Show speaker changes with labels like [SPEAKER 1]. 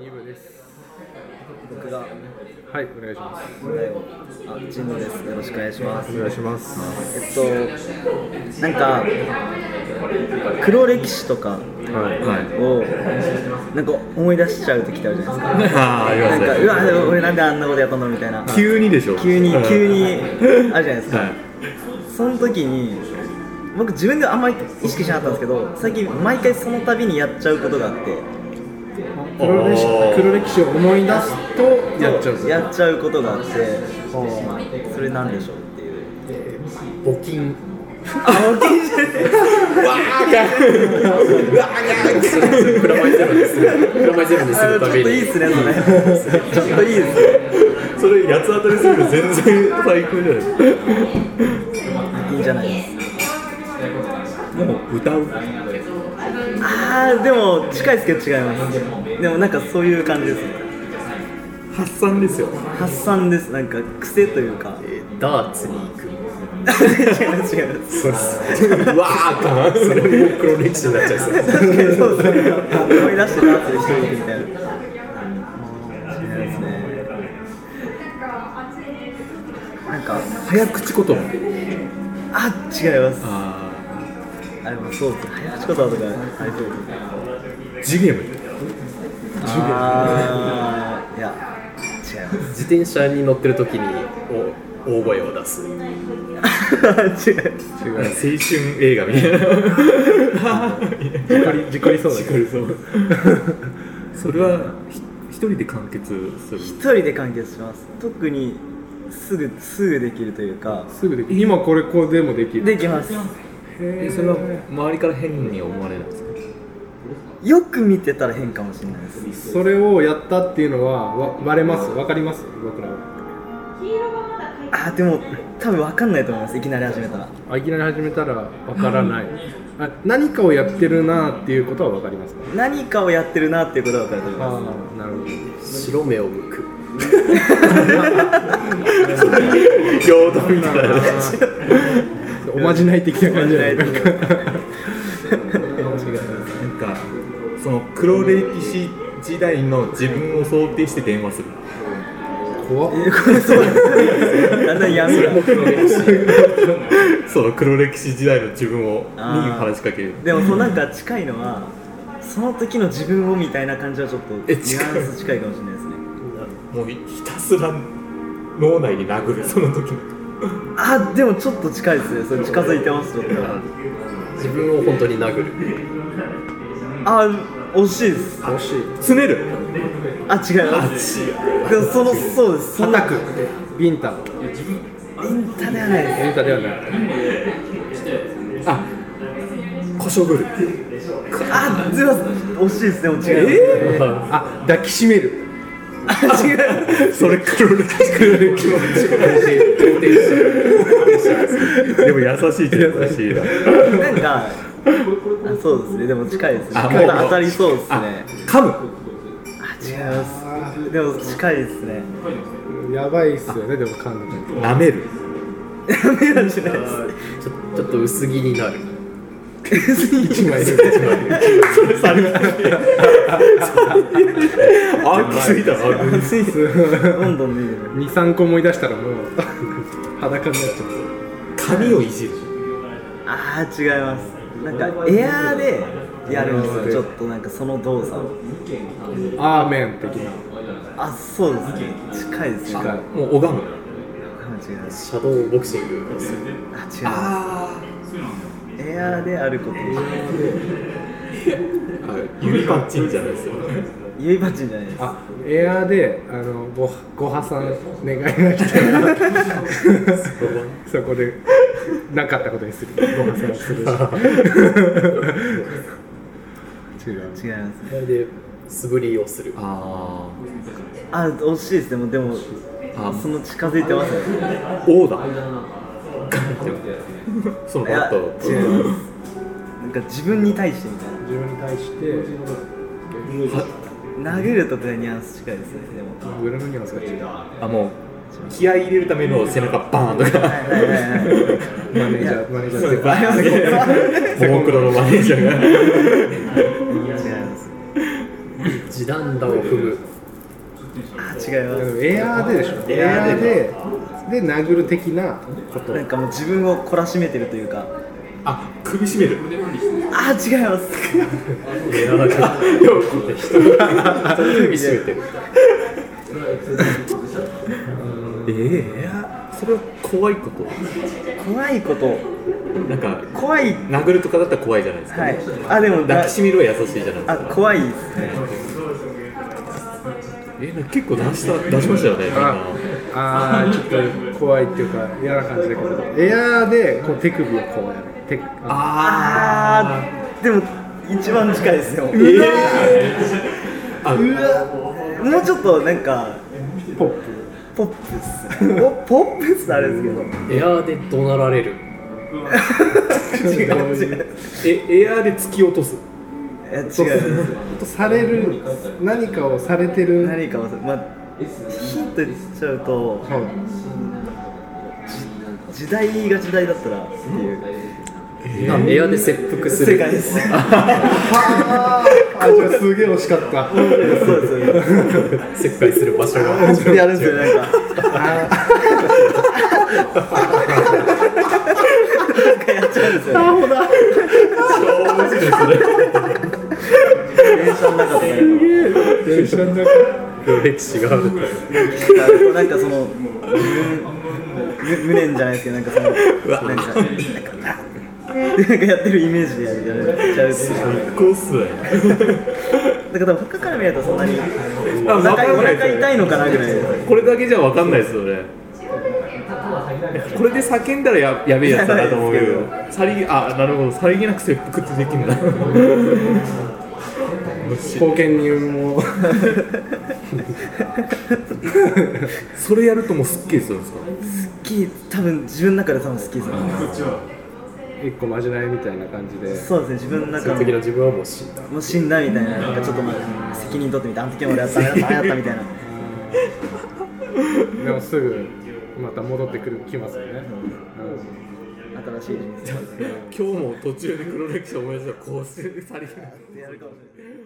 [SPEAKER 1] 二部です。
[SPEAKER 2] 僕が
[SPEAKER 1] はい、お願いします。
[SPEAKER 2] 問題をあ神野ですよろしくお願いします
[SPEAKER 1] お願いします。
[SPEAKER 2] えっとなんか黒歴史とか
[SPEAKER 1] はい。
[SPEAKER 2] をなんか思い出しちゃう時ってあるじゃないですか
[SPEAKER 3] ああ、ありま
[SPEAKER 2] なん
[SPEAKER 3] す
[SPEAKER 2] かう
[SPEAKER 3] ね。
[SPEAKER 2] わでも俺なんであんなことやったのみたいな
[SPEAKER 3] 急にでしょ。
[SPEAKER 2] 急に
[SPEAKER 3] うん
[SPEAKER 2] 急。にあるじゃないですか、
[SPEAKER 3] はい。
[SPEAKER 2] その時に僕自分ではあんまり意識しなかったんですけど最近毎回その度にやっちゃうことがあって
[SPEAKER 1] 黒歴史
[SPEAKER 3] あー
[SPEAKER 1] 黒歴史を思い出すとやっちゃうぞ。
[SPEAKER 2] やっちゃうことがあってそれなんでしょうっていう
[SPEAKER 1] 募金。
[SPEAKER 3] プラマイゼロですね。プラマイゼロにする
[SPEAKER 2] あちょ
[SPEAKER 3] た
[SPEAKER 2] っと
[SPEAKER 3] め
[SPEAKER 2] いい
[SPEAKER 3] に。
[SPEAKER 2] ですね、それ。ちょっといいですね。
[SPEAKER 3] それ八つ当たりするの全然最高じゃない。
[SPEAKER 2] いいんじゃないです
[SPEAKER 3] もう歌う。
[SPEAKER 2] ああ、でも近いですけど違います。でもなんかそういう感じです。
[SPEAKER 3] 発散ですよ。
[SPEAKER 2] 発散です。なんか癖というか。違い
[SPEAKER 3] ダーツに行く。
[SPEAKER 2] ます違います。
[SPEAKER 3] そうです。わあ、かん。それもう黒歴史になっちゃいそうです。
[SPEAKER 2] 確かにそうですね。思い出してダーツで一人でみたいな。違いますね。なんか、
[SPEAKER 3] 早口言葉。
[SPEAKER 2] あ違います。
[SPEAKER 3] あ
[SPEAKER 2] あ、でもそうですね。早口言葉とかありそうですね。
[SPEAKER 3] あ、ジゲム。
[SPEAKER 2] あーいや、違います。
[SPEAKER 3] 自転車に乗ってる時にお大声を出す。
[SPEAKER 2] 違う
[SPEAKER 3] 青春映画みたいな。 事故り事故りそうだ。事故りそう。 それはひ一人で完結する。
[SPEAKER 2] 一人で完結します特にすぐすぐできるというか
[SPEAKER 1] すぐできる。今これこうでもできる。
[SPEAKER 2] できます
[SPEAKER 3] えそれは周りから変に思われないですか。
[SPEAKER 2] よく見てたら変かもしれないです
[SPEAKER 1] それをやったっていうのはわバレます。わかります。僕らは。
[SPEAKER 2] あでも多分分かんないと思いますいきなり始めたら
[SPEAKER 1] あいきなり始めたらわからない。あ何かをやってるなっていうことはわかりますか。
[SPEAKER 2] 何かをやってるなっていうことが分かると思い
[SPEAKER 1] あ
[SPEAKER 2] ま
[SPEAKER 1] あ、なるほど。
[SPEAKER 3] 白目を向 く。平等みたいな。
[SPEAKER 1] おまじない的な感じじゃない
[SPEAKER 2] おまじない
[SPEAKER 1] なんか
[SPEAKER 3] なんかその黒歴史時代の自分を想定して電話する。
[SPEAKER 1] 怖っ。
[SPEAKER 2] すだんだん闇が
[SPEAKER 3] その黒歴史時代の自分をに
[SPEAKER 2] あー
[SPEAKER 3] 話しかける。
[SPEAKER 2] でもそうなんか近いのはその時の自分をみたいな感じはちょっとニ
[SPEAKER 3] え
[SPEAKER 2] ュアンス近いかもしれないですね
[SPEAKER 3] もうひたすら脳内に殴るその時の。
[SPEAKER 2] あでもちょっと近いですねそれ近づいてますちょっと
[SPEAKER 3] 自分を本当に殴る。
[SPEAKER 2] あ惜しいです
[SPEAKER 1] 惜しい。
[SPEAKER 3] つねる。
[SPEAKER 2] あ違いますでもそのそうですそんな
[SPEAKER 1] 叩く。ビンタ。
[SPEAKER 2] インタではないです
[SPEAKER 1] ビンタではない。
[SPEAKER 3] あ、こしょぐる。
[SPEAKER 2] あ、すいません、惜しいですね、もう違う。
[SPEAKER 3] え
[SPEAKER 1] あ、抱きしめる。
[SPEAKER 2] あ、違う。
[SPEAKER 3] ー、それ黒歴史黒歴史。でも優しいっちゃ優しいな。
[SPEAKER 2] なんか、あそうですね、でも近いですね。
[SPEAKER 3] あ
[SPEAKER 2] 肩
[SPEAKER 3] もう
[SPEAKER 2] 当たりそうですね。
[SPEAKER 3] あ
[SPEAKER 2] あ、、
[SPEAKER 3] 噛む。
[SPEAKER 2] 違います。でも近いですね。
[SPEAKER 1] やばいっすよね、でも噛んでる。
[SPEAKER 3] 舐める。
[SPEAKER 2] ダメなんじゃないです。
[SPEAKER 3] ちょちょっと薄着になる。
[SPEAKER 1] 一枚で
[SPEAKER 3] あ、気づいたな。
[SPEAKER 2] どんどん見る。
[SPEAKER 1] 二三個思い出したらもう裸になっちゃ
[SPEAKER 3] 髪をいじる。
[SPEAKER 2] あー、違います。なんか、エアーでやるんですよ、ちょっとなんかその動作を。
[SPEAKER 1] う。アーメン的な。
[SPEAKER 2] あ、そうですね。近いですね。
[SPEAKER 1] 近い
[SPEAKER 3] もう拝む。
[SPEAKER 2] 違います。
[SPEAKER 3] シャドーボクシングをする。
[SPEAKER 2] あ、違います。エアーであること。
[SPEAKER 3] 指パッチンじゃないですよ。
[SPEAKER 2] 指パッチンじゃないです。
[SPEAKER 1] あ、エアーで、あの、ご、ご破産願いが来たら、そこで。なかったことにする。ご破産する。
[SPEAKER 2] 違
[SPEAKER 1] 違う。
[SPEAKER 2] います。
[SPEAKER 3] それで素振りをする。あ
[SPEAKER 2] あ、惜しいですね。もうでも、
[SPEAKER 3] あ
[SPEAKER 2] その近づいてますね。
[SPEAKER 3] あ、オーダー。その
[SPEAKER 2] いや
[SPEAKER 3] バッ
[SPEAKER 2] 違い
[SPEAKER 3] ト
[SPEAKER 2] ます。なんか自分に対してみたい
[SPEAKER 1] 自分に対して。
[SPEAKER 2] な。殴るとかニュアンス近いですね。でも。
[SPEAKER 1] グラムにはそう違う。マ
[SPEAKER 3] あもう気合い入れるための背中バーンとか。
[SPEAKER 2] はいはいはいはい。
[SPEAKER 1] ネージャー、マネージャーって。
[SPEAKER 3] バーンって。モモクロのマネージャーが
[SPEAKER 2] 違います。
[SPEAKER 3] 自
[SPEAKER 1] 段打を踏む
[SPEAKER 2] あ違い
[SPEAKER 1] あ
[SPEAKER 2] ま
[SPEAKER 1] のエアーででしょ
[SPEAKER 2] エ
[SPEAKER 1] エ
[SPEAKER 2] ア
[SPEAKER 1] ア
[SPEAKER 2] ー
[SPEAKER 1] ー
[SPEAKER 2] で
[SPEAKER 1] でで殴る的なこと
[SPEAKER 2] すなんかもう自分を懲らしめてるというか
[SPEAKER 3] あ首絞める
[SPEAKER 2] あ違います
[SPEAKER 3] エアーでよくって人に人に首絞めてるええそれは怖いこと
[SPEAKER 2] 怖いこと
[SPEAKER 3] なんか
[SPEAKER 2] 怖い
[SPEAKER 3] 殴るとかだったら怖いじゃないですか、
[SPEAKER 2] はいあでもだ
[SPEAKER 3] 抱きしめるは優しいじゃないです
[SPEAKER 2] あ
[SPEAKER 3] か
[SPEAKER 2] 怖いですね
[SPEAKER 3] えなんか結構出した出しましたよねみんな
[SPEAKER 1] ああーちょっと怖いっていうか嫌な感じだけどエアーでこう手首をこうやる手あ
[SPEAKER 2] あーでも一番近いですよ
[SPEAKER 3] ええあ
[SPEAKER 2] もうちょっとなんか
[SPEAKER 1] ポップ
[SPEAKER 2] ポップスおポップスあれですけど
[SPEAKER 3] エアーで怒鳴られる
[SPEAKER 2] 違う違う
[SPEAKER 3] えエアーで突き落とす
[SPEAKER 2] いや違うです
[SPEAKER 1] とされる何かをされてる、はい、
[SPEAKER 2] 何かをまあヒント言っちゃうと時代が時代だったらっていう
[SPEAKER 4] あエアで切腹す
[SPEAKER 2] 世
[SPEAKER 4] る
[SPEAKER 2] 界です
[SPEAKER 1] あーあじゃあすげえ惜しかった
[SPEAKER 2] そうですよね
[SPEAKER 3] 切開する場所が
[SPEAKER 2] やるんですよなんかなんかやっちゃうんですよね電車の中とかやる
[SPEAKER 1] 電車の中
[SPEAKER 3] 歴史がある
[SPEAKER 2] となんかその無無無念じゃないですけどなんかそのなんかなんかやってるイメージでやるやっちゃうっていう
[SPEAKER 3] 最高っすね
[SPEAKER 2] だから他から見るとそんなに
[SPEAKER 3] あ
[SPEAKER 2] お
[SPEAKER 3] わか
[SPEAKER 2] 腹お
[SPEAKER 3] んない
[SPEAKER 2] 腹
[SPEAKER 3] です
[SPEAKER 2] 痛いのかなぐらい
[SPEAKER 3] これだけじゃわかんないですよねこれで叫んだらややべえやつだなと思うけどさりげあなるほどさりげなく切腹ってできるんだ
[SPEAKER 1] 貢献入も
[SPEAKER 3] それやるともうすっきりするんですか
[SPEAKER 2] 好き多分自分の中で多分好きですよね
[SPEAKER 1] 一個まじないみたいな感じで
[SPEAKER 2] そうですね自分の
[SPEAKER 4] そ
[SPEAKER 2] 中
[SPEAKER 4] の時
[SPEAKER 2] で
[SPEAKER 4] の自分はもう死んだ
[SPEAKER 2] もう死んだみたいななんかちょっとまあ責任取ってみてあの時は俺やったあれやったあれやったみたいな
[SPEAKER 1] でもすぐまた戻ってくる来ますよね、うん
[SPEAKER 2] 新しい人生
[SPEAKER 3] 今日も途中で黒歴史を思い出したらこうしてさりげなく
[SPEAKER 2] やるかもしれない